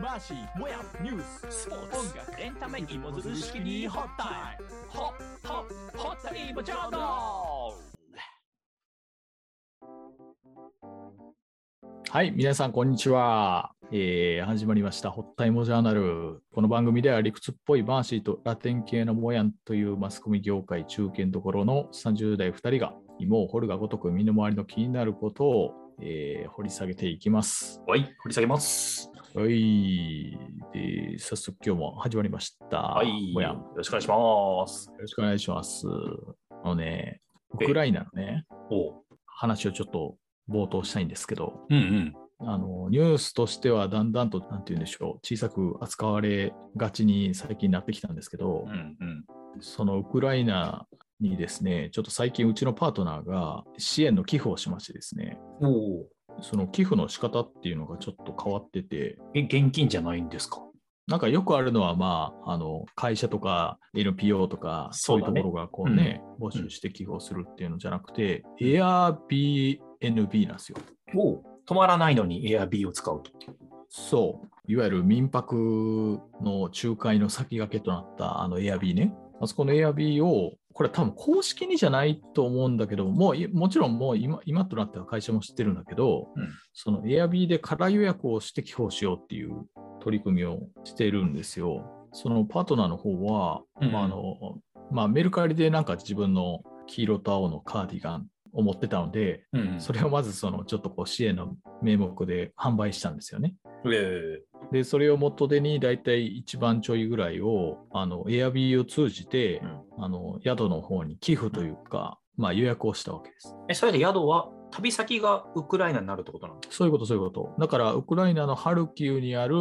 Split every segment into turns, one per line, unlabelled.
マシもやニュー
ス
ス
ポーツ音楽エンタメ芋づる式にホッタイムホッホッホッタイムジャーナ
はい皆さんこんにちは、えー始まりました「ホッタイモジャーナル」この番組では理屈っぽいバーシーとラテン系のモヤンというマスコミ業界中堅どころの30代2人が芋を掘るがごとく身の回りの気になることを、えー掘り下げていきます
ルはい掘り下げます
はい、で早速今日も始まりました
はい
モヤン
よろしくお願いします
よろしくお願いします。あのね、ウ
え
クライナのね、
お
話をちょっと冒頭したいんですけど、
うんうん
あのニュースとしてはだんだんと、なんて言うんでしょう、小さく扱われがちに最近なってきたんですけど
う、んうん
そのウクライナにですね、ちょっと最近、うちのパートナーが支援の寄付をしましてですね、
おお
その寄付の仕方っていうのがちょっと変わってて、
え現金じゃないんですか
なんかよくあるのは、まあ、あの会社とか NPO とか、そ
そうう
いう
だ
と
ね
ころがこう、ね募集して寄付をするっていうのじゃなくて、Airbnb なんですよ。
おお止まらないのに Airb を使うと
そう、いわゆる民泊の仲介の先駆けとなったあの Airb ね。あそこの Airb を、これ多分公式にじゃないと思うんだけど、もういもちろんもう今今となっては会社も知ってるんだけど、
うん
その Airb で空予約をして寄付をしようっていう取り組みをしてるんですよ。そのパートナーの方は、
うん
まああのまあ、メルカリでなんか自分の黄色と青のカーディガンを持ってたので、
うん
それをまずそのちょっとこう支援の名目で販売したんですよね。
え
で、それを元手に大体1万ちょいぐらいを、あの、Airb を通じて、あの、宿の方に寄付というか、まあ予約をしたわけです。
えそれで宿は旅先がウクライナになるってことなんだ
そういうこと、そういうこと。だから、ウクライナのハルキウにある、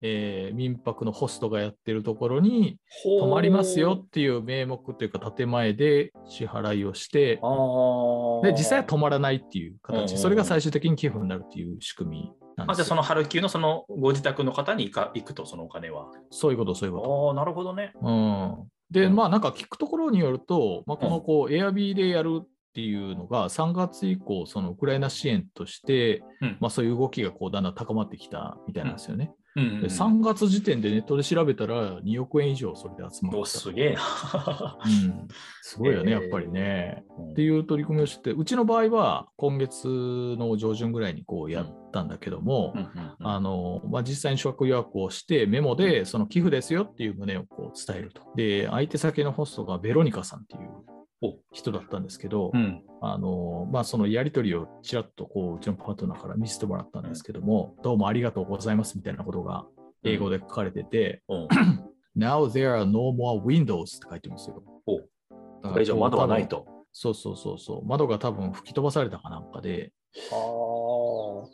えー民泊のホストがやってるところに泊まりますよっていう名目というか建前で支払いをして
あー
で実際は泊まらないっていう
うんうんう
形
ん
それが最終的に寄付になるっていう仕組みなんで
あじゃあ
す
そ
よ
のハルキウのそのご自宅の方に行か行くとそのお金は。
そういうことそういうこと
ああなるほどね。
うんで、
うん
まあなんか聞くところによると、まあ、こ
う
の
ん
こう、エアビーでやるっていうのが3月以降、そのウクライナ支援として、
うん
まあそういう動きがこうだんだん高まってきたみたいなんですよね。
うんうんう
で
ん
3月時点でネットで調べたら2億円以上それで集まっ
お
た。
す げえな。
うん、すごいよね、
え
や
ー
っぱりね。っていう取り組みをしてて、うちの場合は今月の上旬ぐらいにこうやったんだけども、
うんうんうん
あのまあ、実際に宿泊予約をして、メモでその寄付ですよっていう旨をこう伝えると。で、相手先のホストがベロニカさんってい
お
う人だったんですけど、
うん
あのまあ、そのやり取りをちらっとこううちのパートナーから見せてもらったんですけども、どうもありがとうございますみたいなことが英語で書かれてて、
うん
Now there are no more windows って書いてますよ。
お
だから
これ以上窓はない。と。
そうそうそうそう。窓が多分吹き飛ばされたかなんかで、
あ
そ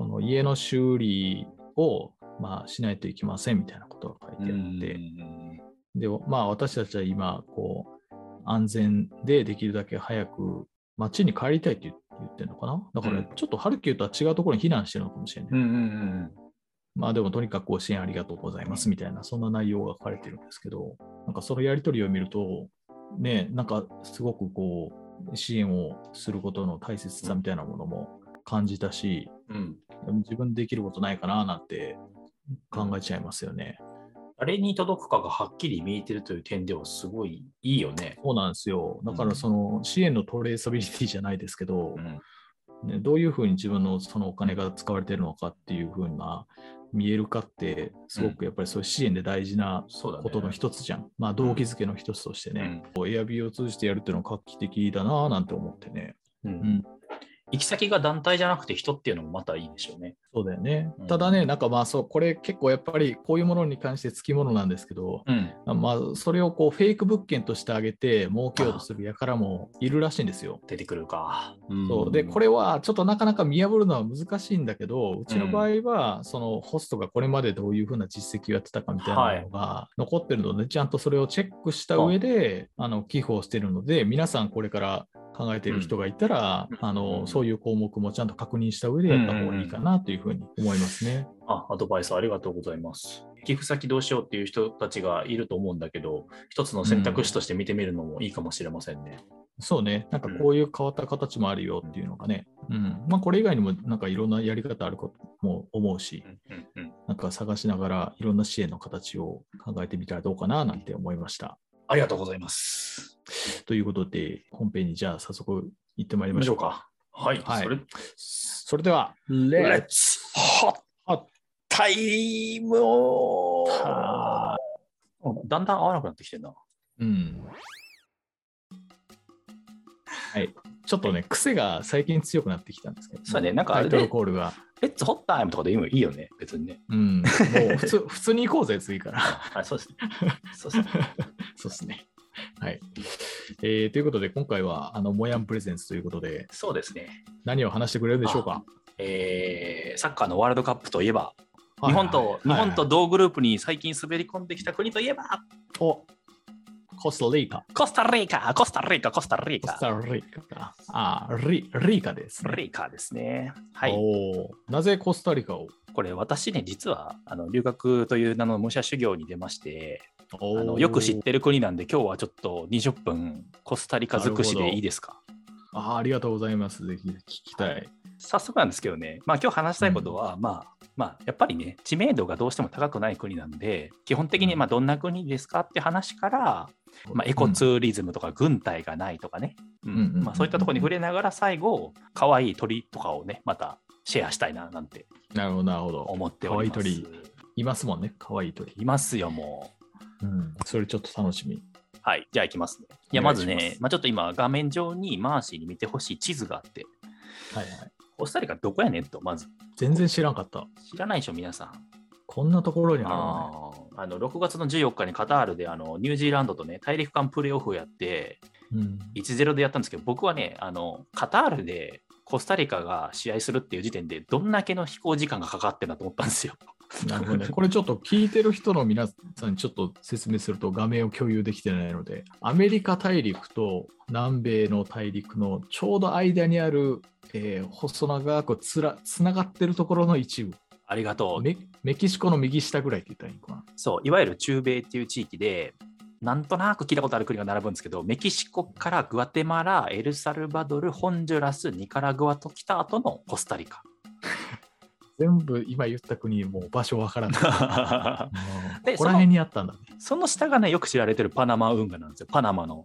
の家の修理を、まあ、しないといけませんみたいなことが書いてあって、で、まあ、私たちは今、こう、安全でできるだけ早く街に帰りたいって言言ってるのかな。だか
う
ら、
ん
ちょっとハルキウとは違うところに避難してるのかもしれない。
うんうんうん
まあ、でも、とにかくご支援ありがとうございますみたいな、そんな内容が書かれてるんですけど、なんかそのやり取りを見ると、ね、なんかすごくこう、支援をすることの大切さみたいなものも感じたし、
うん
自分でできることないかななんて考えちゃいますよね。
誰に届くかがはっきり見えてるという点ではすごいいいよね。
そうなんですよ。だからその支援のトレーサビリティじゃないですけど
う、ん
ね、どういうふうに自分のそのお金が使われてるのかっていうふうな見える化って、すごくやっぱりそういう支援で大事な
そうだね。
ことの一つじゃん。まあ動機づけの一つとしてね、こうエアビーを通じてやるっていうのは画期的だなぁなんて思ってね。
うんうん
うん
行き先が団体じゃなくて人っていうのもまたいいでしょうね。
そうだよね
うん。
ただね、なんかまあそう、これ結構やっぱりこういうものに関してつきものなんですけど、
うん、
まあ、それをこうフェイク物件としてあげて儲けようとする輩もいるらしいんですよ。
出てくるか。
そうでこれはちょっとなかなか見破るのは難しいんだけどうちの場合はそのホストがこれまでどういうふうな実績をやってたかみたいなのが残ってるのでちゃんとそれをチェックした上であの寄付をしてるので皆さんこれから考えてる人がいたら
うん
あ
う
の
ん
そういう項目もちゃんと確認した上でやった方がいいかなというふうに思いますね。
あ、アドバイスありがとうございます。寄付先どうしようっていう人たちがいると思うんだけど、一つの選択肢として見てみるのもいいかもしれませんね。
そうね、なんかこういう変わった形もあるよっていうのがね、うんまあ、これ以外にもなんかいろんなやり方あることも思うし、
うんうんうん
なんか探しながらいろんな支援の形を考えてみたらどうかななんて思いました。
ありがとうございます。
ということで、本編にじゃあ早速行ってまいり
行きま
ま
し
し
ょ
ょ
う
うか。
か。はい。
はい
それ
それでは、レッツ
ツホッタイムだんだん合わなくなってきてんな。
うん。はい。ちょっとね、癖が最近強くなってきたんですけど、
そうだねなんかあ
タ
れ
イ
ね
トルコールが。
レッツホッタイムとかでいいよね、別にね。
うん。もう普通、普通に行こうぜ、次から。
はい、そうですね。そうですね。
そうですね。はい。えーということで、今回は、あの、モヤンプレゼンツということで、
そうですね。
何を話してくれるでしょうか。
えーサッカーのワールドカップといえば、
はい
日本と、日
はい
本と同グループに最近滑り込んできた国といえば、
おコスタリカ、
コスタリカ、コスタリカ、コスタリ
コ
カ
ス。タリカ、あリリカです、ね。
リカですね。はい。
おーなぜコスタリカを
これ私ね、実はあの留学という名の武者修行に出まして、あ
お
の
ー
よく知ってる国なんで、今日はちょっと20分コスタリカ尽くしでいいですか。
あーありがとうございます。ぜひ聞きたい。
早速なんですけどね、まあ今日話したいことは、まあ、まあ、やっぱりね、知名度がどうしても高くない国なんで、基本的にまあどんな国ですかって話から、まあ、エコツーリズムとか軍隊がないとかね、うん
うんうんうん
まあ、そういったところに触れながら最後、可愛い鳥とかをね、またシェアしたいななんて
うんなるほど、なるほど。
思っております。
可愛いいますもんね、可愛い鳥。
いますよ、もう。
うん、それちょっと楽しみ。
はい、じゃあ行きますね。いや、
お
ま
願い
ず
します
ね、まあ、ちょっと今、画面上にマーシーに見てほしい地図があって、
はいはい。
コスタリカどこやねんと、まず。
全然知らんかった。
知らないでしょ、皆さん。
こんなところにあるのね。
あーあの6月の14日にカタールであのニュージーランドとね、大陸間プレーオフをやって、
うん、
1-0でやったんですけど、僕はね、あのカタールでコスタリカが試合するっていう時点で、どんだけの飛行時間がかかってんだと思ったんですよ。
なるほどね。これちょっと聞いてる人の皆さんにちょっと説明すると画面を共有できてないので、アメリカ大陸と南米の大陸のちょうど間にある、えー細長くつらつながってるところの一部。
ありがとう。
メメキシコの右下ぐらいって言ったらいいのかな。
そう、いわゆる中米っていう地域で、なんとなく聞いたことある国が並ぶんですけど、メキシコからグアテマラ、エルサルバドル、ホンジュラス、ニカラグアと来た後のコスタリ カ。
全部今言った国、もう場所わからない。あー
で
ここら辺にあったんだね。
その下がね、よく知られてるパナマ運河なんですよ、パナマの。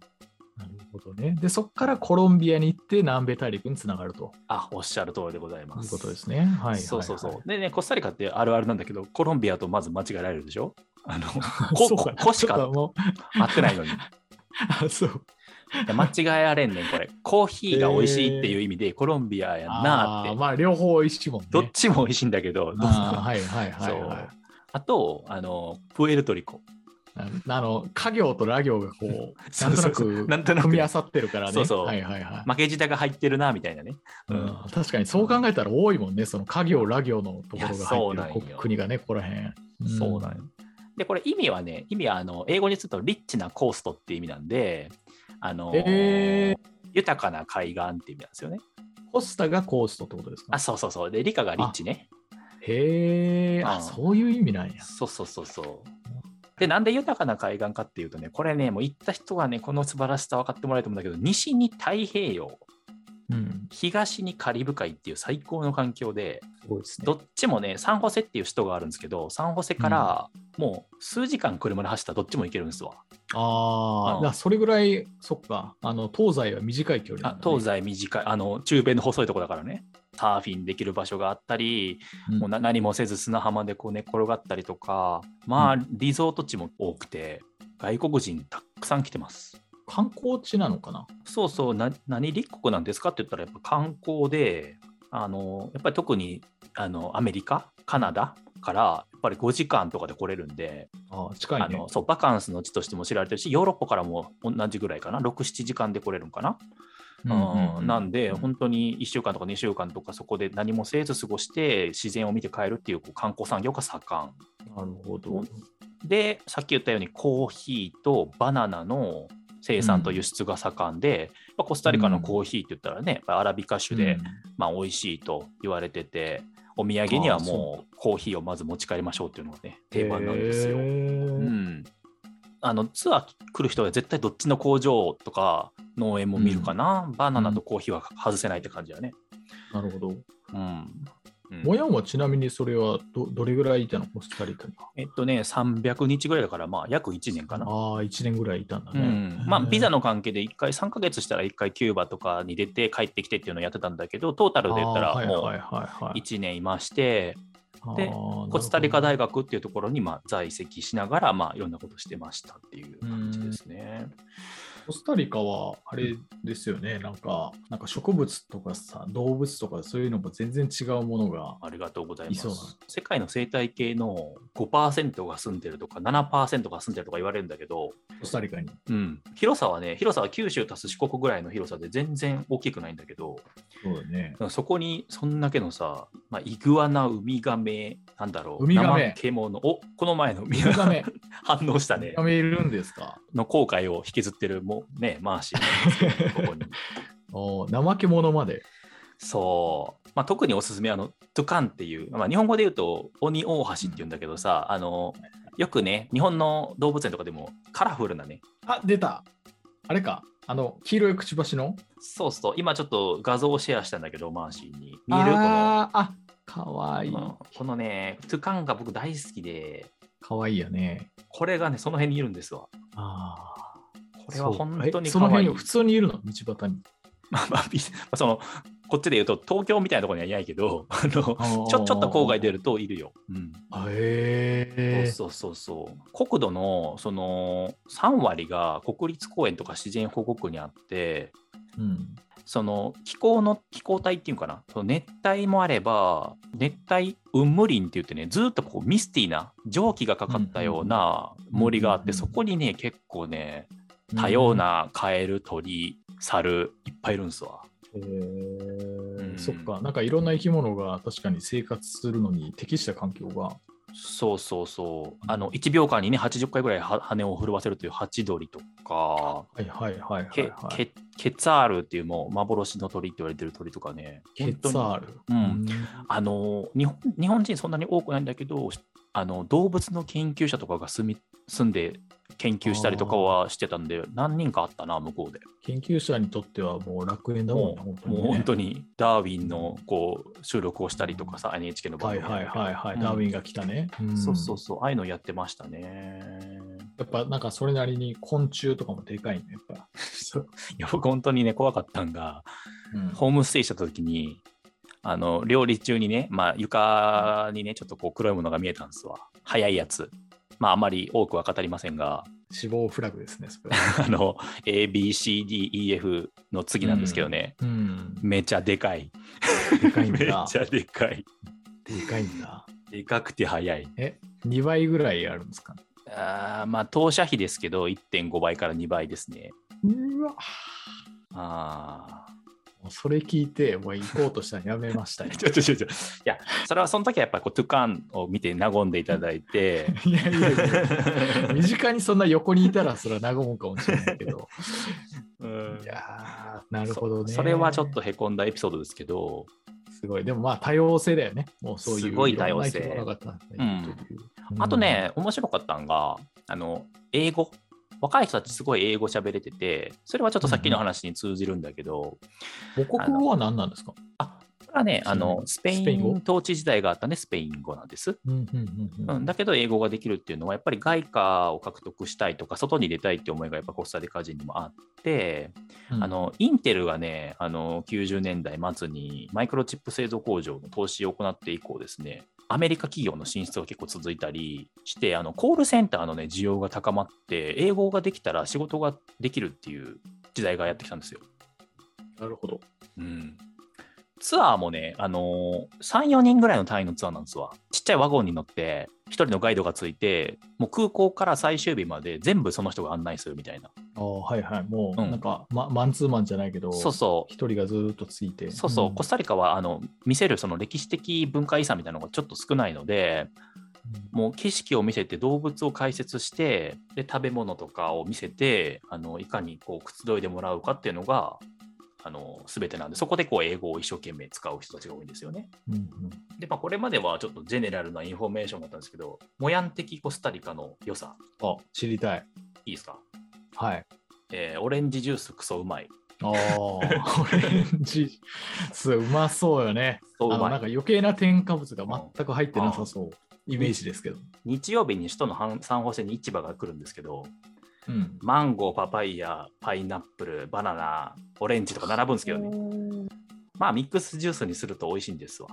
なるほどね。で、そこからコロンビアに行って南米大陸につながると
あ、おっしゃる通りでございま
い
す。
うことですね。はい。
そうそうそう。
はいはい
でね、コスタリカってあるあるなんだけど、コロンビアとまず間違えられるでしょあ の、
そ
こ
うか
ここし
ちょ
か
っともう
合ってないのに。い
あそう。
や間違えられんねん、これ。コーヒーが美味しいっていう意味で、コロンビアやなーって
あー。まあ、両方美味しいもんね。
どっちも美味しいんだけど、どう
あーはいはいはい、
そ
は
うあとあの、プエルトリコ。
いあ。あの、家業とラ行が こう、
そうそうそうな
なんん
とな
と
く
なく組み合わさってるからね。
そうそう
はいはいはい。
負けじたが入ってるなみたいなね。う
うんん、確かにそう考えたら多いもんね、その家業、ラ行のところが
いやそうなん
入っ
よ
てるこ国がね、ここら辺。ん
そうなんよ。で、これ意味はね、意味はあの英語にするとリッチなコーストって意味なんで、あの
え
豊かな海岸って意味なんですよね。
コスタがコーストってことですか
あ、そうそうそう。で、理科がリッチね。
へえ、
う
あ、
ん
そういう意味なんや。
そうそうそうそう。で、なんで豊かな海岸かっていうとね、これね、もう行った人はね、この素晴らしさ分かってもらえると思うんだけど、西に太平洋、
うん。
東にカリブ海っていう最高の環境で、
すごいですね。
どっちもね、サンホセっていう首都があるんですけど、サンホセからもう数時間車で走ったらどっちも行けるんですわ。
あ
う
あ、
ん
だからそれぐらい、そっか、あの東西は短い距離
あ
なんだね、
東西短い、あの中米の細いとこだからね、サーフィンできる場所があったり、
うん
もうな何もせず砂浜でこう寝っ転がったりとか、まあ、
う
リゾート地も多くて、外国人たくさん来てます。
観光地なのかな。
そうそう、な何立国なんですかって言ったら、やっぱ観光で、あのやっぱり特にあのアメリカ、カナダから、やっぱり5時間とかで来れるんで、
あー近い
あ
ね
の。そうバカンスの地としても知られてるしヨーロッパからも同じぐらいかな67時間で来れるのかな、うんなんで本当に1週間とか2週間とかそこで何もせず過ごして自然を見て帰るっていうこう観光産業が盛
なるほど。
んでさっき言ったようにコーヒーとバナナの生産と輸出が盛んで、まあコスタリカのコーヒーって言ったらねやっぱアラビカ種で、
うん
まあ、美味しいと言われててお土産にはもうコーヒーをまず持ち帰りましょうっていうのがね定番なんですよ
へ。ー
うん、あのツアー来る人は絶対どっちの工場とか農園も見るかな、バナナとコーヒーは外せないって感じだね。
なるほど。
うんうん
モヤンはちなみにそれはどどれぐらいいたのコスタリカには。
えっとね、300日ぐらいだから、まあ、約1年かな。
ああ、1年ぐらいいたんだ
う
ね。
んまあ、ビザ
の
の関係で1回3ヶ月したら1回キューバとかに出て帰ってきてっていうのをやってたんだけどトータルで言ったらも
はいうはい
1年いまして
はい、
で
あー
コスタリカ
なる
大学っていうところにまあ在籍しながらまあいろんなことしてましたっていう感じですね。
ほどコスタリカはあれですよね、なんか、なんか植物とかさ、動物とかそういうのも全然違うものが。
ありがとうございま
いそうなの
す。世界の生態系の5%が住んでるとか7%が住んでるとか言われるんだけど、
コスタリカに。
うん、広さはね広さは九州足す四国ぐらいの広さで全然大きくないんだけど
そうだね。
そこにそんだけのさ、まあ、イグアナウミガメなんだろう
ウミガメ
怠け者おこの前のウミ
ウミ
ガ
ガ
メ
メ、
反応した
ウミ
ね
ガメいるんですか。
の後悔を引きずってるもうねマーシーなんですけどここに
おー怠け者まで。
そう、まあ、特におすすめあのトゥカンっていう、まあ、日本語で言うと鬼大橋っていうんだけどさ、あのよくね日本の動物園とかでもカラフルなね
あ、出た。あれか。あの、黄色いくちばしの。
そうそう今ちょっと画像をシェアしたんだけどマーシーに見
あ
えるこの
ーあ、かわいい。
うんこのね、トゥカンが僕大好きで、
かわいいよね。
これがね、その辺にいるんですわ。
ああ。
これは本当に
そ
可
の
愛い
辺に普通にいるの、道端に。
まあまあびまあそのこっちで言うと、東京みたいなところにはいないけど、あのちょ
あー
ちょっと郊外出るといるよ。うん
へえ
そうそうそうそう国土のその3割が国立公園とか自然保護区にあって
うん、
その気候の気候帯っていうのかなその熱帯もあれば熱帯雲霧林って言ってねずっとこうミスティーな蒸気がかかったような森があって、
うんうんうん
そこにね結構ね多様。なカエル鳥猿いっぱいいるんですわ。
へ
ん
ーそっか、なんかいろんな生き物が確かに生活するのに適した環境が。
そうそうそうあの1秒間にね80回ぐらいは羽を震わせるというハチドリとか。
はいはいはいはい、
ケ
はい。
ケケツァールっていうもう幻の鳥って言われてる鳥とかね
ケツァール。
うんあの日本日本人そんなに多くないんだけどあの動物の研究者とかが住み住んで研究したりとかはしてたんで何人かあったな向こうで
研究者にとってはもう楽園だもんね、
も
本当
う
に、ね。
もう本当にダーウィンのこう収録をしたりとかさ NHK の
は
番
い
組
はいはいはい、
うん
ダーウィンが来たね。うん
そうそうそうああいうのやってましたね
やっぱなんかそれなりに昆虫とかもでかいね、やっ ぱ。
いや僕本当にね怖かったんが
うん
ホームステイした時にあの料理中にね、まあ、床にねちょっとこう黒いものが見えたんですわ早いやつまああまり多くは語りませんが
死亡フラグですね、それは。
あの ABCDEF の次なんですけどね、
うん、
めちゃでかい。
でかい ん
めち
だ
ゃ。でかい。
でかいんだ。
でかくて速い。
え、2倍ぐらいあるんですか
あーまあ、投射費ですけど、1.5倍から2倍ですね。
うわ
ああ。。
もうそれ聞いて、もう行こうとしたらやめましたよ
ちょちょちょちょ。いや、それはその時はやっぱこうトゥカンを見て和んでいただい て。
いやいやい や、身近にそんな横にいたら、それは和むかもしれないけど。
うん
いやーなるほどね
そ。それはちょっとへこんだエピソードですけど、
すごい。でもまあ多様性だよね。もうそういう。
すごい多様性
ろんな生き物が多様性いるという
あと、ね、面白かったのが、あの、英語。若い人たちすごい英語喋れてて、それはちょっとさっきの話に通じるんだけど、
うん母国語は何なんですか
これはね、あ
そう
の
ね
スペイ
スペイン
ン
語
統治時代があったね、スペイン語なんです。
うんうんうん
う
うん
ん、だけど、英語ができるっていうのは、やっぱり外貨を獲得したいとか、外に出たいって思いがやっぱコスタリカ人にもあって、
うん
あのインテルがね、あの90年代末にマイクロチップ製造工場の投資を行って以降ですね、アメリカ企業の進出が結構続いたりして、あのコールセンターの、ね、需要が高まって、英語ができたら仕事ができるっていう時代がやってきたんですよ。
なるほど。
うんツアーもね、あのー3、4人ぐらいの単位のツアーなんですわ。ちっちゃいワゴンに乗って、1人のガイドがついて、もう空港から最終日まで全部その人が案内するみたいな。
あーはいはい。もう
うん
なんか、まマンツーマンじゃないけど、
そうそ
一人がずーっとついて。
う。そうそう、
ん
コスタリカはあの見せるその歴史的文化遺産みたいなのがちょっと少ないので、もう景色を見せて動物を解説してで食べ物とかを見せてあのいかにこうくつろいでもらうかっていうのがあの全てなんでそこでこう英語を一生懸命使う人たちが多いんですよね。
うんうん
で、まあ、これまではちょっとジェネラルなインフォメーションだったんですけど、モヤン的コスタリカの良さ、
あ、知りたい。
いいですか、
はい。
えーオレンジジュースクソうまい。
ああ、 オレンジそううまそうよね。
そう
あ
う
の
まい
なんか余計な添加物が全く入ってなさそう。イメージですけど。
日曜日に首都の半三方線に市場が来るんですけど、
うん。
マンゴー、パパイヤ、パイナップル、バナナ、オレンジとか並ぶんですけどね。
ね。
まあミックスジュースにすると美味しいんですわ。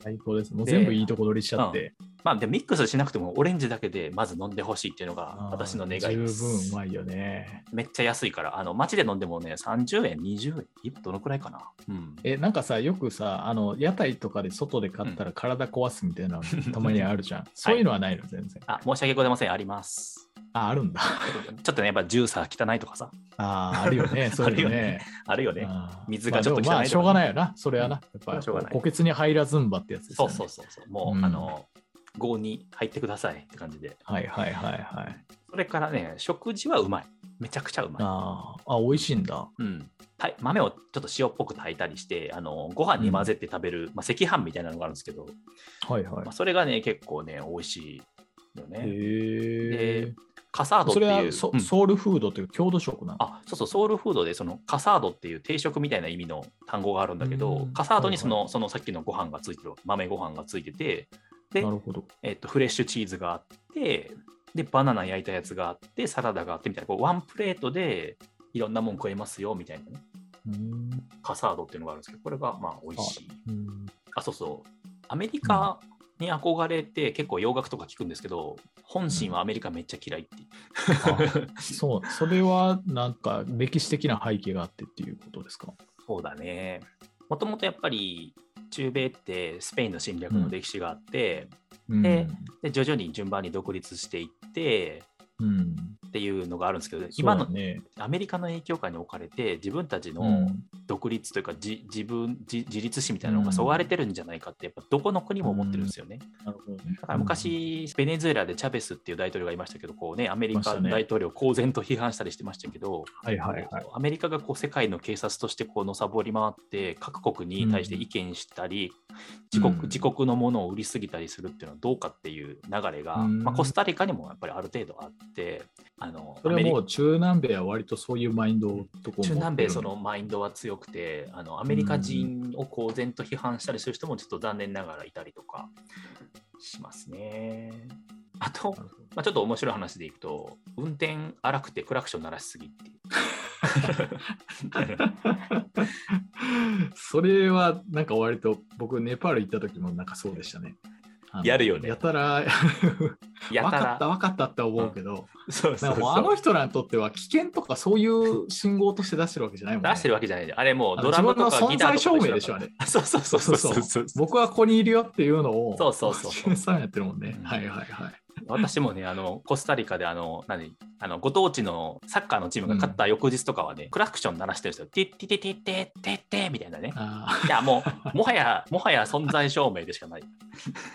最高です。もう
で
全部いいとこ取りしちゃって。
まあでもミックスしなくてもオレンジだけでまず飲んでほしいっていうのが
あー
私の願いで
十分う
す。
まいよね。
めっちゃ安いから、あの街で飲んでもね、30円、20円、どのくらいかな。うん、
え、なんかさ、よくさ、あの、屋台とかで外で買ったら体壊すみたいなの たまにあるじゃん。そういうのはないの、全然。
あ申し訳ございません、あります。
あ、あるんだ。
ちょっとね、やっぱジューサー汚いとかさ、
ああ、あるよね。そういうのね。
あるよね。
あー
水がちょっと汚いとかね
まあでもまあ、しょうがないよな。それはな。
ん
やっ
しょうが
ぱ
ない
り、血に入らずんばってやつです
そ
よ
う
ね。
そうそうそう、もう、
うん
あの、合に入ってくださいって感じで。
はいはいはいはい。
それからね、食事はうまい。めちゃくちゃうまい。
あーあ、美味しいんだ。
うん、た豆をちょっと塩っぽく炊いたりして、あのご飯に混ぜて食べる、まあ、赤飯みたいなのがあるんですけど、
はいはい
まあ、。それがね、結構ね、美味しいよね。
へえ
で。カサードって
それ
いう。
はソ
うん
ソウルフードという郷土食なの。
あそうそうソウルフードでそのカサードっていう定食みたいな意味の単語があるんだけ
う
ど
ん
カサードにその,、
はいはい
そのさっきのご飯がついてる豆ご飯がついてて、で
なるほど。
えっとフレッシュチーズがあってでバナナ焼いたやつがあってサラダがあってみたいなこうワンプレートでいろんなもん食えますよみたいなね
うーん
カサードっていうのがあるんですけどこれがまあ美味しい
うん
あそうそうアメリカに憧れて結構洋楽とか聞くんですけど本心はアメリカめっちゃ嫌いっていう
そう、それはなんか歴史的な背景があってっていうことですか。
そうだね。もともとやっぱり中米ってスペインの侵略の歴史があって、
うん
えで徐々に順番に独立していって
うん。
っていうのがあるんですけど、今
今の
の
ね、
アメリカの影響下に置かれて自分たち
う
の
ん
独立というか、じ自分自自立心みたいなのがそがれてるんじゃないかってやっぱどこの国も思ってるんですよね。
なるほどね
だから昔、ベネズエラでチャベスっていう大統領がいましたけどこう、ね、アメリカ
いました
の
ね
大統領を公然と批判したりしてましたけど、
はいはいはい。
アメリカがこう世界の警察としてこうのさぼり回って各国に対して意見したり、自
うん
国自国のものを売りすぎたりするっていうのはどうかっていう流れが、
うん
まあ、コスタリカにもやっぱりある程度あってあの
それはも
アメ
う中南米は割とそういうマインド
リ
とこ持って
中
る
南米そのマインドは強くてあのアメリカ人を公然と批判したりする人もちょっと残念ながらいたりとかしますね。あと、
なるほど
まあ、ちょっと面白い話でいくと運転荒くてクラクション鳴らしすぎっていう
それはなんか割と僕ネパール行った時もなんかそうでしたね。あの
やるよね
やたら
やた
分かった
ら
分かったって思うけど、
そうそ
なん
うそ
かもう
う
あの人らにとっては危険とかそういう信号として出してるわけじゃないもんね。
出してるわけじゃないじゃん。あれもう
あ
ド
の
ラムとかギターとか
自分の存在証明でしょあれ。
そうそうそうそうそうそう
僕はここにいるよっていうのを、
そうそうそう
シュンさんやってるもんね
う。ん
はいはいはい。
私もね、あの、コスタリカであの、何あの、ご当地のサッカーのチームが勝った翌日とかはね、クラクション鳴らしてるんですよ。ティッティティティッテッテッテみたいなね。
あ
いや、もう、もはや、もはや存在証明でしかない。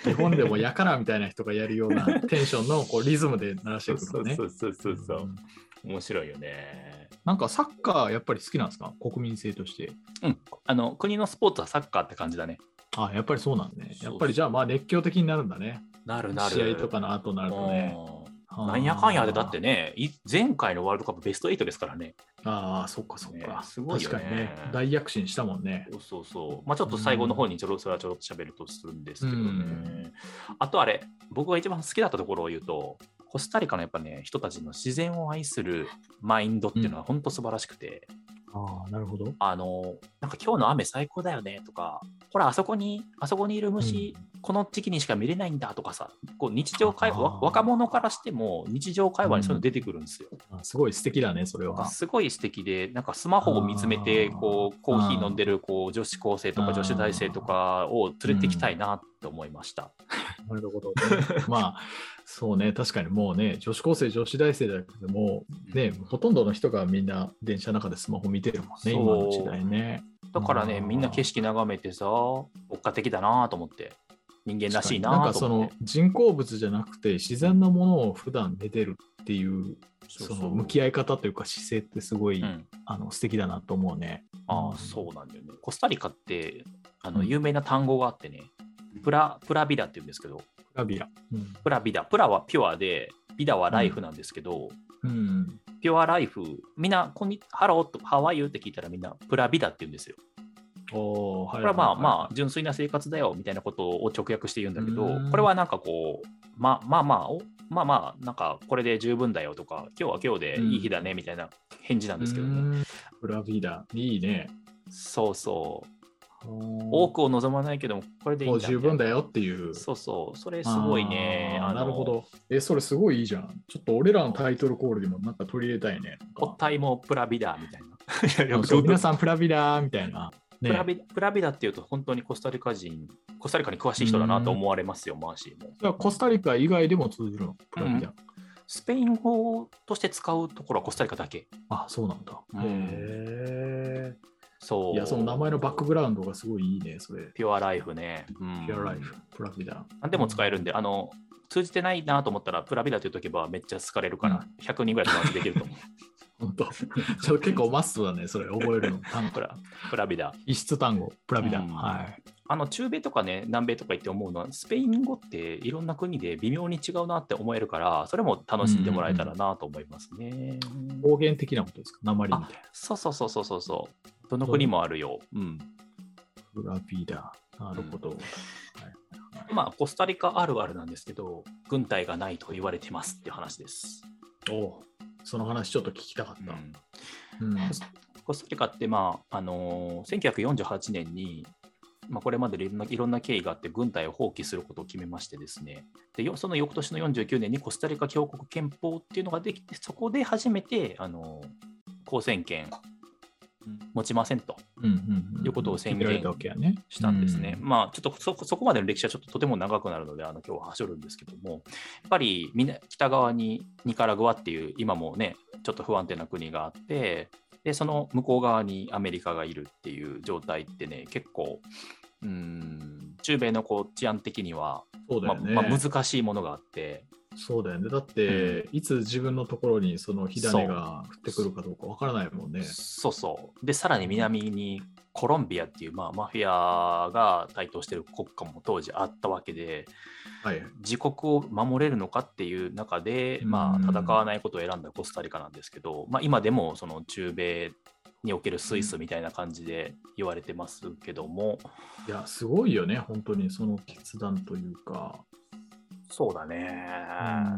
ー日本でもやからみたいな人がやるようなテンションのこうリズムで鳴らしてくるからね。
うそうそ
ん。
面白いよね。
なんかサッカーやっぱり好きなんですか国民性として。
うん。あの、国のスポーツはサッカーって感じだね。
あやっぱりそうなんだね。
そう
やっぱりじゃあまあ熱狂的になるんだね。
なるなる。
試合とかの後になるとね。
うんなんやかんやで、だってね、
ね。
い前回のワールドカップベスト8ですからね。
ああ、そっかそっか。
ねすごいよね
確かにね。大躍進したもんね。
そうそうそう。まあちょっと最後の方にちょろそれはちょろっと喋るとするんですけどね。
うん
あとあれ、僕が一番好きだったところを言うと、コスタリカのやっぱね、人たちの自然を愛するマインドっていうのは本当素晴らしくて、
ああ、なるほど。
あの、なんか今日の雨最高だよねとか、ほら、あそこに、あそこにいる虫、この時期にしか見れないんだとかさ、こう日常会話、
あー
わ若者からしても日常会話にそういうの出てくるんですよ。
あすごい素敵だね、それは。
すごい素敵で、なんかスマホを見つめて、
あー
こうコーヒー飲んでるこう女子高生と
あ
か
ー
女子大生とかを連れてきたいなって思いました。
なるほど、 ね。まあ、そうね、確かにもうね、女子高生、女子大生だけどもう、ね、ほとんどの人がみんな電車の中でスマホ見てるもん
そう
ね、今の時代ね。
だから
あ
ね、
ー
みんな景色眺めてさ、牧歌的だなと思って、人間らしい
なん
な
か
と
そ
思っ
の
て。
人工物じゃなくて、自然のものを普段めでるっていう、
そう
そ
そう
の向き合い方というか姿勢ってすごい、
うん、
あの素敵だなと思うね。
ああ、そうなんだよね。コスタリカってあ
う
の
ん
有名な単語があってね、プラプラビダって言うんですけど、
プラビア。うん
プラビダ、プラはピュアで、ビダはライフなんですけど、
うん。
ピュアライフ、みんな、こんにハローと、ハワイユって聞いたらみんな、プラビダって言うんですよ。
お
これはまあまあ、純粋な生活だよみたいなことを直訳して言うんだけ
うん
ど、これはなんかこう、まあまあまあ、おまあまあ、なんかこれで十分だよとか、今日は今日でいい日だねみたいな返事な
あ
んですけどね。
ブラビーダ、いいね。
そうそう、多
多
くを望まないけども、これでいい
も
ん
う
だ
十分だよっていう。
そうそう、それすごいね。
あー
あの
なるほ。ど。え、それすごいいいじゃん。ちょっと俺らのタイトルコールでもなんか取り入れたいね。
おっ
あ
たいもプラビダみたい ないや。よく
そう皆さん、プラビダみたいな。ね
プラビプラビダっていうと、本当にコスタリカ人、コスタリカに詳しい人だなと思われますよ、マーシーも。
じゃあコスタリカ以外でも通じるのプラビダ。
スペイン語として使うところはコスタリカだけ。
あ、そうなんだ。
うん
へ
そ
え。
う。
いや、その名前のバックグラウンドがすごいいいね、それ。
ピュアライフね。ピ
ピュアライフ、プラビダ。
何でも使えるんで、あの、通じてないなと思ったら、プラビダって言うとけばめっちゃ好かれるから、100人ぐらい友達できると思う。
本当。 ちょっと結構マストだね、それ、覚えるの。単
プ
語
ラプラビダ。
異質単語、プラビダ。
うん
はい。
あの中米とかね、南米とか行って思うのは、スペイン語っていろんな国で微妙に違うなって思えるから、それも楽しんでもらえたらなと思いますね。
方言的なことですか、鉛みたいな。
そうそうそうそうそうそう。どの国もあるよ。うん。
プラビダ。なるほど。
まあ、コスタリカあるあるなんですけど、軍隊がないと言われてますっていう話です。
おうその話ちょっと聞きたかった。うん
コスタリカって、まああのー1948年に、まあ、これまでいろんないろんな経緯があって軍隊を放棄することを決めましてですねでよその翌年の49年にコスタリカ共和国憲法っていうのができてそこで初めて、あのー公選権持ちませんと
うんうんうん
いうことを宣言
決められたわけやね。
したんですね、
う
まあちょっとそこそこまでの歴史はちょっととても長くなるのであの今日ははしょるんですけどもやっぱりみんな北側にニカラグアっていう今もねちょっと不安定な国があってでその向こう側にアメリカがいるっていう状態ってね結構うーん中米のこう治安的には、
そうだ
まあ
よね。
まあ難しいものがあって
そうだよね。だって、いつ自分のところにその火種が降ってくるかどうかわからないもんね。
そうそう。で、さらに南にコロンビアっていう、まあ、マフィアが台頭してる国家も当時あったわけで、
はい。
自国を守れるのかっていう中で、まあ、
うん
戦わないことを選んだコスタリカなんですけど、まあ、今でもその中米におけるスイスみたいな感じで言われてますけども、
いや、すごいよね、本当にその決断というか。
そうだね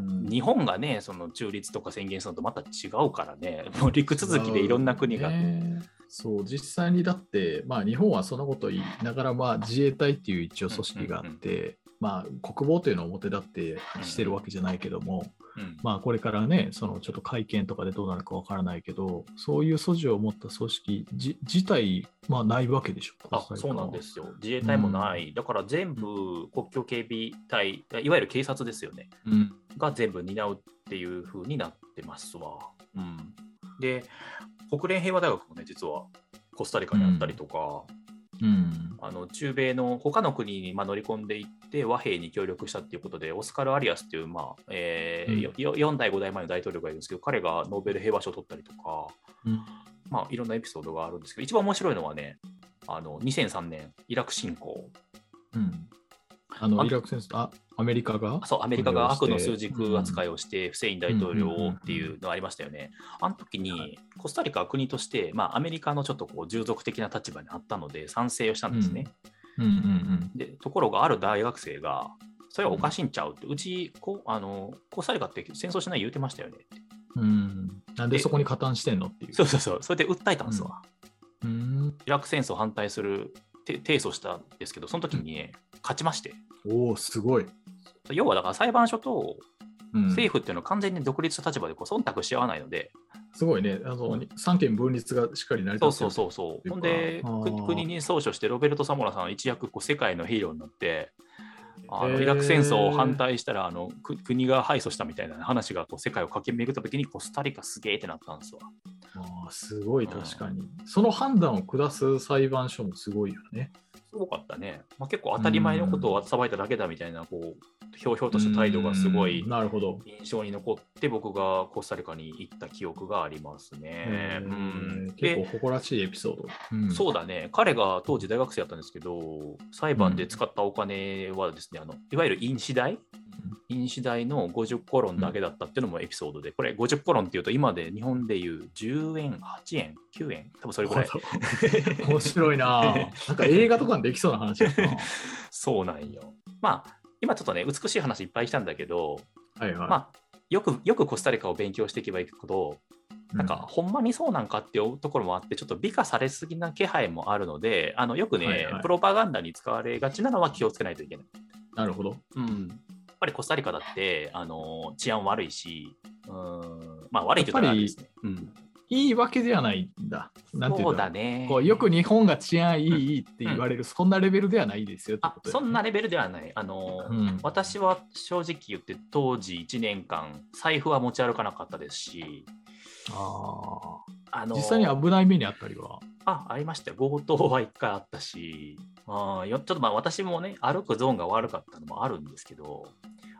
うん
日本がねその中立とか宣言するのとまた違うからねもう陸続きでいろんな国が、
ねそう実際にだって、まあ、日本はそんなこと言いながら、まあ、自衛隊っていう一応組織があって、まあ、国防というのを表立ってしてるわけじゃないけども、
うん
まあ、これからね、そのちょっと会見とかでどうなるかわからないけど、そういう素地を持った組織じ自体、まあ、ないわけでしょ。。
あそうなんですすよ自衛隊もない、だから全部国境警備隊いわゆる警察ですよね
うん、
が全部担うっていう風になってますわ、で国連平和大学もね実はコスタリカにあったりとか、
うん、
あの中米の他の国にまあ乗り込んでいって和平に協力したっていうことでオスカル・アリアスっていう、まあえ
うん
ーよよ4代5代前の大統領がいるんですけど彼がノーベル平和賞を取ったりとか、まあ、いろんなエピソードがあるんですけど一番面白いのはねあの2003年イラク侵攻
うん、あの
あ
イラク戦争あアメリカが
そうアメリカが悪の数軸扱
い
いをして、フセイン大統領をっていうのがありましたよね。あの時に、コスタリカは国として、まあ、アメリカのちょっとこう従属的な立場にあったので、賛成をしたんですね。
うんうんうん
でところが、ある大学生が、それはおかしいんちゃうって、うちこうあの、コスタリカって戦争しない言うてましたよねって。
うんうん、なんでそこに加担してんのってい う。
そうそうそう、それで訴えたんですわ。
うん、
イラク戦争反対する、て提訴したんですけど、その時にね、勝ちまして。
おお、すごい。
要はだから裁判所と
うん
政府っていうのは完全に独立した立場でこう忖度し合わないので、
すごいねあの、三権分立がしっかり成り
そう
立つ
そうそう
っ
そ
て
う。
いう
ほ
か
んで、
あー
く国に奏書して、ロベルト・サモラさんは一躍こう世界のヒーローになって、あ
へ
の
ー
イラク戦争を反対したらあのく国が敗訴したみたいな話がこう世界を駆け巡った時にコスタリカすげえってなったんですわ。
あーすごい、確かに。その判断を下す裁判所もすごいよね。
すごかったね。まあ、結構当たり前のことをさばいただけだみたいな、こう、ひょうひょうとした態度がすごい
うんなるほど。
印象に残って、僕がコスタリカに行った記憶がありますね。う
うん
ん、
結
で
構誇らしいエピソード。うん
そうだね、彼が当時大学生だったんですけど、裁判で使ったお金はですね、あのいわゆる印紙代、飲酒代の50コロンだけだったっていうのもエピソードで、これ50コロンっていうと今で日本でいう10円、8円、9円、多分それぐ らい。
面白いなぁ。 なんか映画とかにできそうな話やな。
そうなんよ。まあ今ちょっとね美しい話いっぱいしたんだけど、
はいはい。
まあよくよくコスタリカを勉強していけばいいほどなんか、ほんまにそうなんかっていうところもあって、ちょっと美化されすぎな気配もあるので、あのよくね、
はいはい
プロパガンダに使われがちなのは気をつけないといけない。
うんなるほど。
うん、やっぱりコスタリカだってあの治安悪いし、うんまあ、悪いというか
やっ
あ
ぱり
れですね。うん、
いいわけではないんだ。なんてい
そううん
だ
だ
ろ
ね
うこうよく日本が治安いいいいって言われる、そんなレベルではないですよって
あ
こと
そん
な、
なレベルではない。あの
うん、
私は正直言って当時1年間財布は持ち歩かなかったですし
あ
あ
ー
の
実際に危ない目にあったりは。
あ、ありましたよ。強盗は一回あったし、あーよちょっとまあ私もね、歩くゾーンが悪かったのもあるんですけど、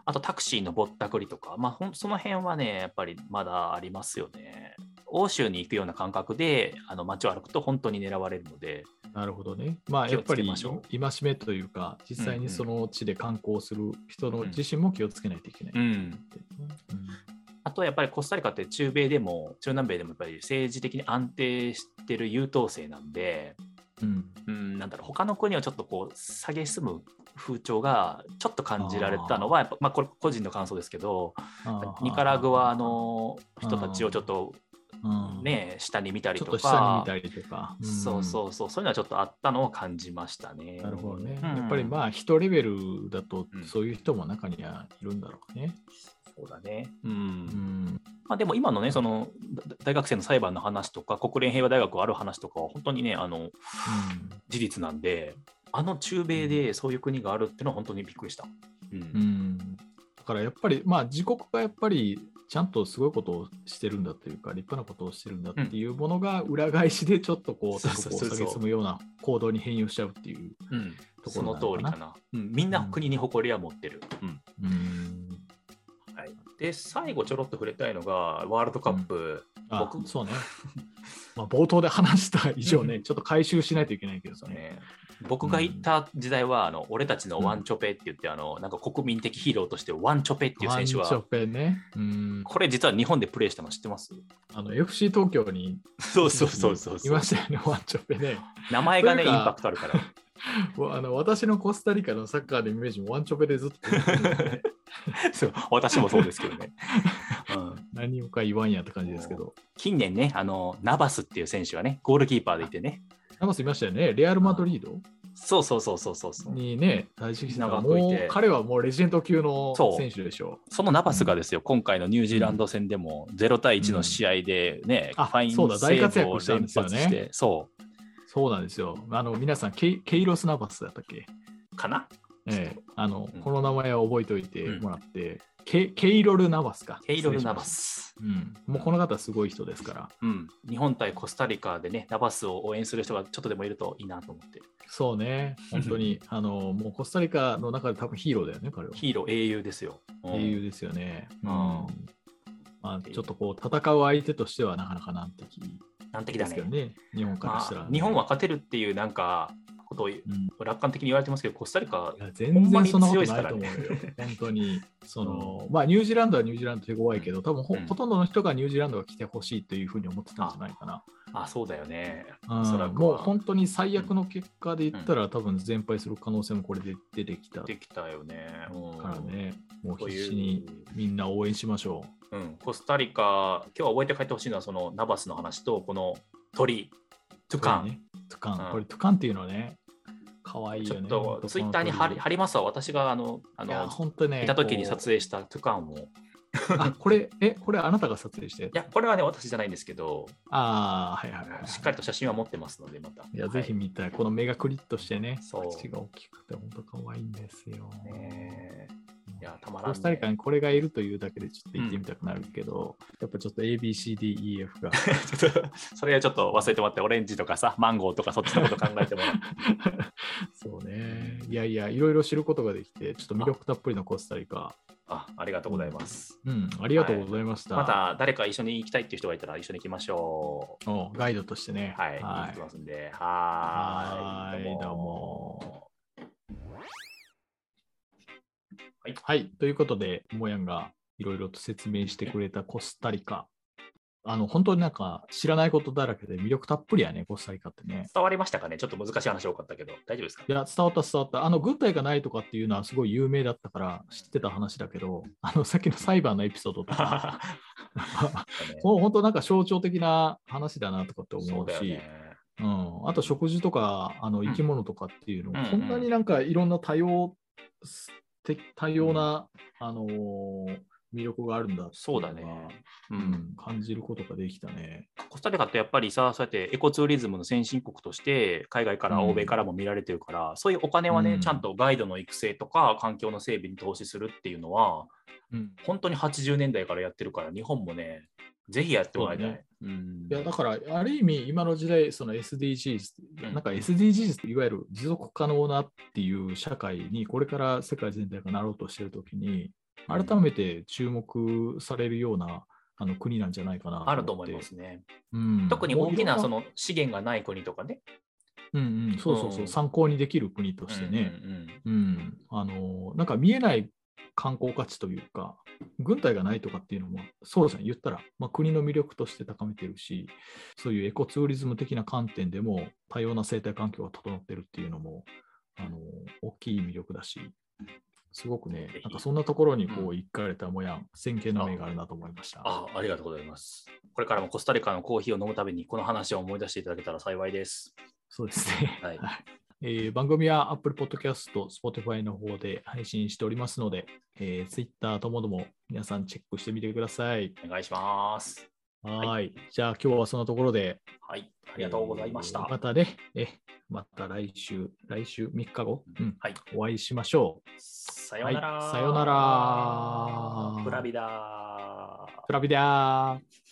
あとタクシーのぼったくりとか、まあほん、その辺はね、やっぱりまだありますよね。欧州に行くような感覚であの街を歩くと本当に狙われるので、
なるほどね。まあ
気
や
を
っ
つ
ぱ
け
り
ましょ
戒めというか、実際にその地で観光する人の自身も気をつけないといけない。
うん、
うん
あとはやっぱりコスタリカって中米でも中南米でもやっぱり政治的に安定してる優等生なんで、
うん
うん、なんだろう他の国をちょっとこう下げすむ風潮がちょっと感じられたのはやっぱまあ、これ個人の感想ですけどニカラグア、の人たちをちょっと
あー、
ね下に見た
うん
り
ちょ
と
っ
か
と下に見たりとか。ん
そうそうそうそういうのはちょっとあったのを感じましたね。
なるほどね。
うん
やっぱりまあ、一レベルだと
うん、
そういう人も中にはいるんだろうね。
そうだね、うん
うん。
まあ、でも今のねそのだ大学生の裁判の話とか国連平和大学ある話とかは本当にねあの事実なんであの中米でそういう国があるっていうのは本当にびっくりした。うん
うん。うんだからやっぱり、まあ、自国がやっぱり、ちゃんとすごいことをしてるんだというか、立派なことをしてるんだっていうものが裏返しでちょっとこう、
そう
他
そうそう
国を
そう
下げすむような行動に変容しちゃうっていう
うん、
とこ
そ
ろ
の
なのかな
通りかな、うん、みんな国に誇りは持ってる、うん
うん。
で最後ちょろっと触れたいのがワールドカップ、
あ
僕
そうね。まあ、冒頭で話した以上ね、
うん
ちょっと回収しないといけないけどね。
ね僕が行った時代はあの俺たちのワンチョペって言って、あのなんか国民的ヒーローとしてワンチョペっていう選手
ワンチョ
は
ペね。うん。
これ実は日本でプレーしたの知ってます
あの、FC 東京に
そうそうそうそう
いましたよね、ワンチョペね。
名前がねイ
と
ン
いうか
パクトある から
わあの私のコスタリカのサッカーのイメージもワンチョペでずっと
そう私もそうですけどね、 うん、
何もか言わんやって感じですけど。
近年ねあのナバスっていう選手はねゴールキーパーでいてね
ナマスいましたよね、レアル・マドリード
そうそうそうそうそうそう
にね、対してきた
長
も
くいて
う彼はもうレジェンド級の
そう
選手でしょ
そのナバスがですよ、今回のニュージーランド戦でも0対1の試合でね、
うんあ
ファインセ
そうだ大活
ーブを
躍したん
連
ですよ
発
ね。
して、そう
そうなんですよ。あの皆さんケイ、ケイロス・ナバスだったっけ、
うかな
ええあの
うん
この名前を覚えておいて
うん
もらって、ケケイロル・ナバスか。
ケイロル・ナバ
失
ス。
礼しました。うん、もうこの方すごい人ですから。
うん、日本対コスタリカでね、ナバスを応援する人がちょっとでもいるといいなと思って、
そうね、本 当に、あのもうコスタリカの中で多分ヒーローだよね、彼は。
ヒーロー、英雄ですよ。うん
英雄ですよね。
うん
まあ、ちょっとこう戦う相手としてはなかなか難敵
難敵
で
だ
す
ね
けどね、日本からしたら
ま
ね、
あ。日本は勝てるっていうなんかことを
うん、
楽観的に言われてますけど、コスタリカ
い、や全然そんなことないと
ほ
思うよ
んまに強いです。
本当に、その、まあ、ニュージーランドはニュージーランド手強いけど、多分ほ,、
うん
ほとんどの人がニュージーランドが来てほしいというふうに思ってたんじゃないかな。
あ、そうだよね。
うん
おそらく
もう
は
本当に最悪の結果で言ったら、多分全敗する可能性もこれで出てきたか
できたよね。うん
らね、もう
と
必
いう
死にみんな応援しましょ
うん、コスタリカ、今日覚えて帰ってほしいのは、そのナバスの話と、この鳥、ト
う。
ゥカン。
これね。トゥカン、
うん
これトゥカンっていうのはね、可愛い
ち
よ
ょ
ね。
っとツイッターに貼り貼りますわ、私があの、あ
いや、
の、
本当ね。
いた時に撮
こ。
影したトゥカンを。いう
あ、これ、え、これあなたが撮影して。
や、これはね、私じゃないんですけど、
ああ、はいはいはい。
しっかりと写真は持ってますので、また。
いや、ぜひ
は
見たい。この目がクリッとしてね、
そう
口が大きくて、本当可愛いんですよ。
い。ねえいや、たまらん、
コスタリカにこれがいるというだけでちょっと行ってみたくなるけど、やっぱちょっと ABCDEF が
ちょっと それはちょっと忘れてもらって、オレンジとかさ、マンゴーとか、そっちのこと考えてもらって。
そうねいやいやいろいろ知ることができてちょっと魅力たっぷりのコスタリカ
あありがとうございます。
うんありがとうございました、
また誰か一緒に行きたいっていう人がいたら、一緒に行きましょう。
おガイドとしてね
はい、行きますんで、はーい、
はいどうも。はい、ということで、もやんがいろいろと説明してくれたコスタリカ。あの、本当になんか知らないことだらけで魅力たっぷりやね、コスタリカってね。
伝わりましたかねちょっと難しい話多かったけど、大丈夫ですか
いや、伝わった伝わった。あの、軍隊がないとかっていうのはすごい有名だったから知ってた話だけど、あの、さっきの裁判のエピソード とか、もう本当なんか象徴的な話だなとかって思
そう
う
だよ
し、
ね。
うん、あと食事とかあの生き物とかっていうのも、
うん
こんなになんかいろんな多様的多様な、あのー魅力があるんだっていのが
そうだね。う
うんん、感じることができたね。
コスタリカってやっぱりさ、そうやってエコツーリズムの先進国として、海外から
うん
欧米からも見られてるから、そういうお金はね、
うん
ちゃんとガイドの育成とか、環境の整備に投資するっていうのは、
うん、
本当に80年代からやってるから、日本もね、ぜひやってもらいたい。
そうだ
うん
いやだからある意味今の時代その SDGs
うん
なんか SDGs っていわゆる持続可能なっていう社会にこれから世界全体がなろうとしてるときに
うん
改めて注目されるようなあの国なんじゃないかな
あると
思
思
って
いま、すね。
うん
特に大きなそ、
も
の資源がない国とかね。
ういろんうんうん、そうそうそう、
うん
参考にできる国としてね、
うんうんうん
うんあのなんか見えない観光価値というか軍隊がないとかっていうのもそうじゃん言ったら、まあ、国の魅力として高めてるしそういうエコツーリズム的な観点でも多様な生態環境が整ってるっていうのもあの大きい魅力だしすごくね
ぜひ
なんかそんなところにこ
う
う行かれたもやん先見の目があるなと思いました。
あありがとうございます。これからもコスタリカのコーヒーを飲むたびに、この話を思い出していただけたら幸いです。
そうですね。
はい
えー番組は Apple Podcast、Spotify の方で配信しておりますので、えー Twitter ともども皆さんチェックしてみてください。
お願いします。
はーい
は
じゃあ今日はそんなところで。
はい、ありがとうございました。
えーまたね、え、また来週、来週3日後、うん、
はい、
お会いしましょう。
さようなら。
はいさようなら
プラビダー。
トラビダー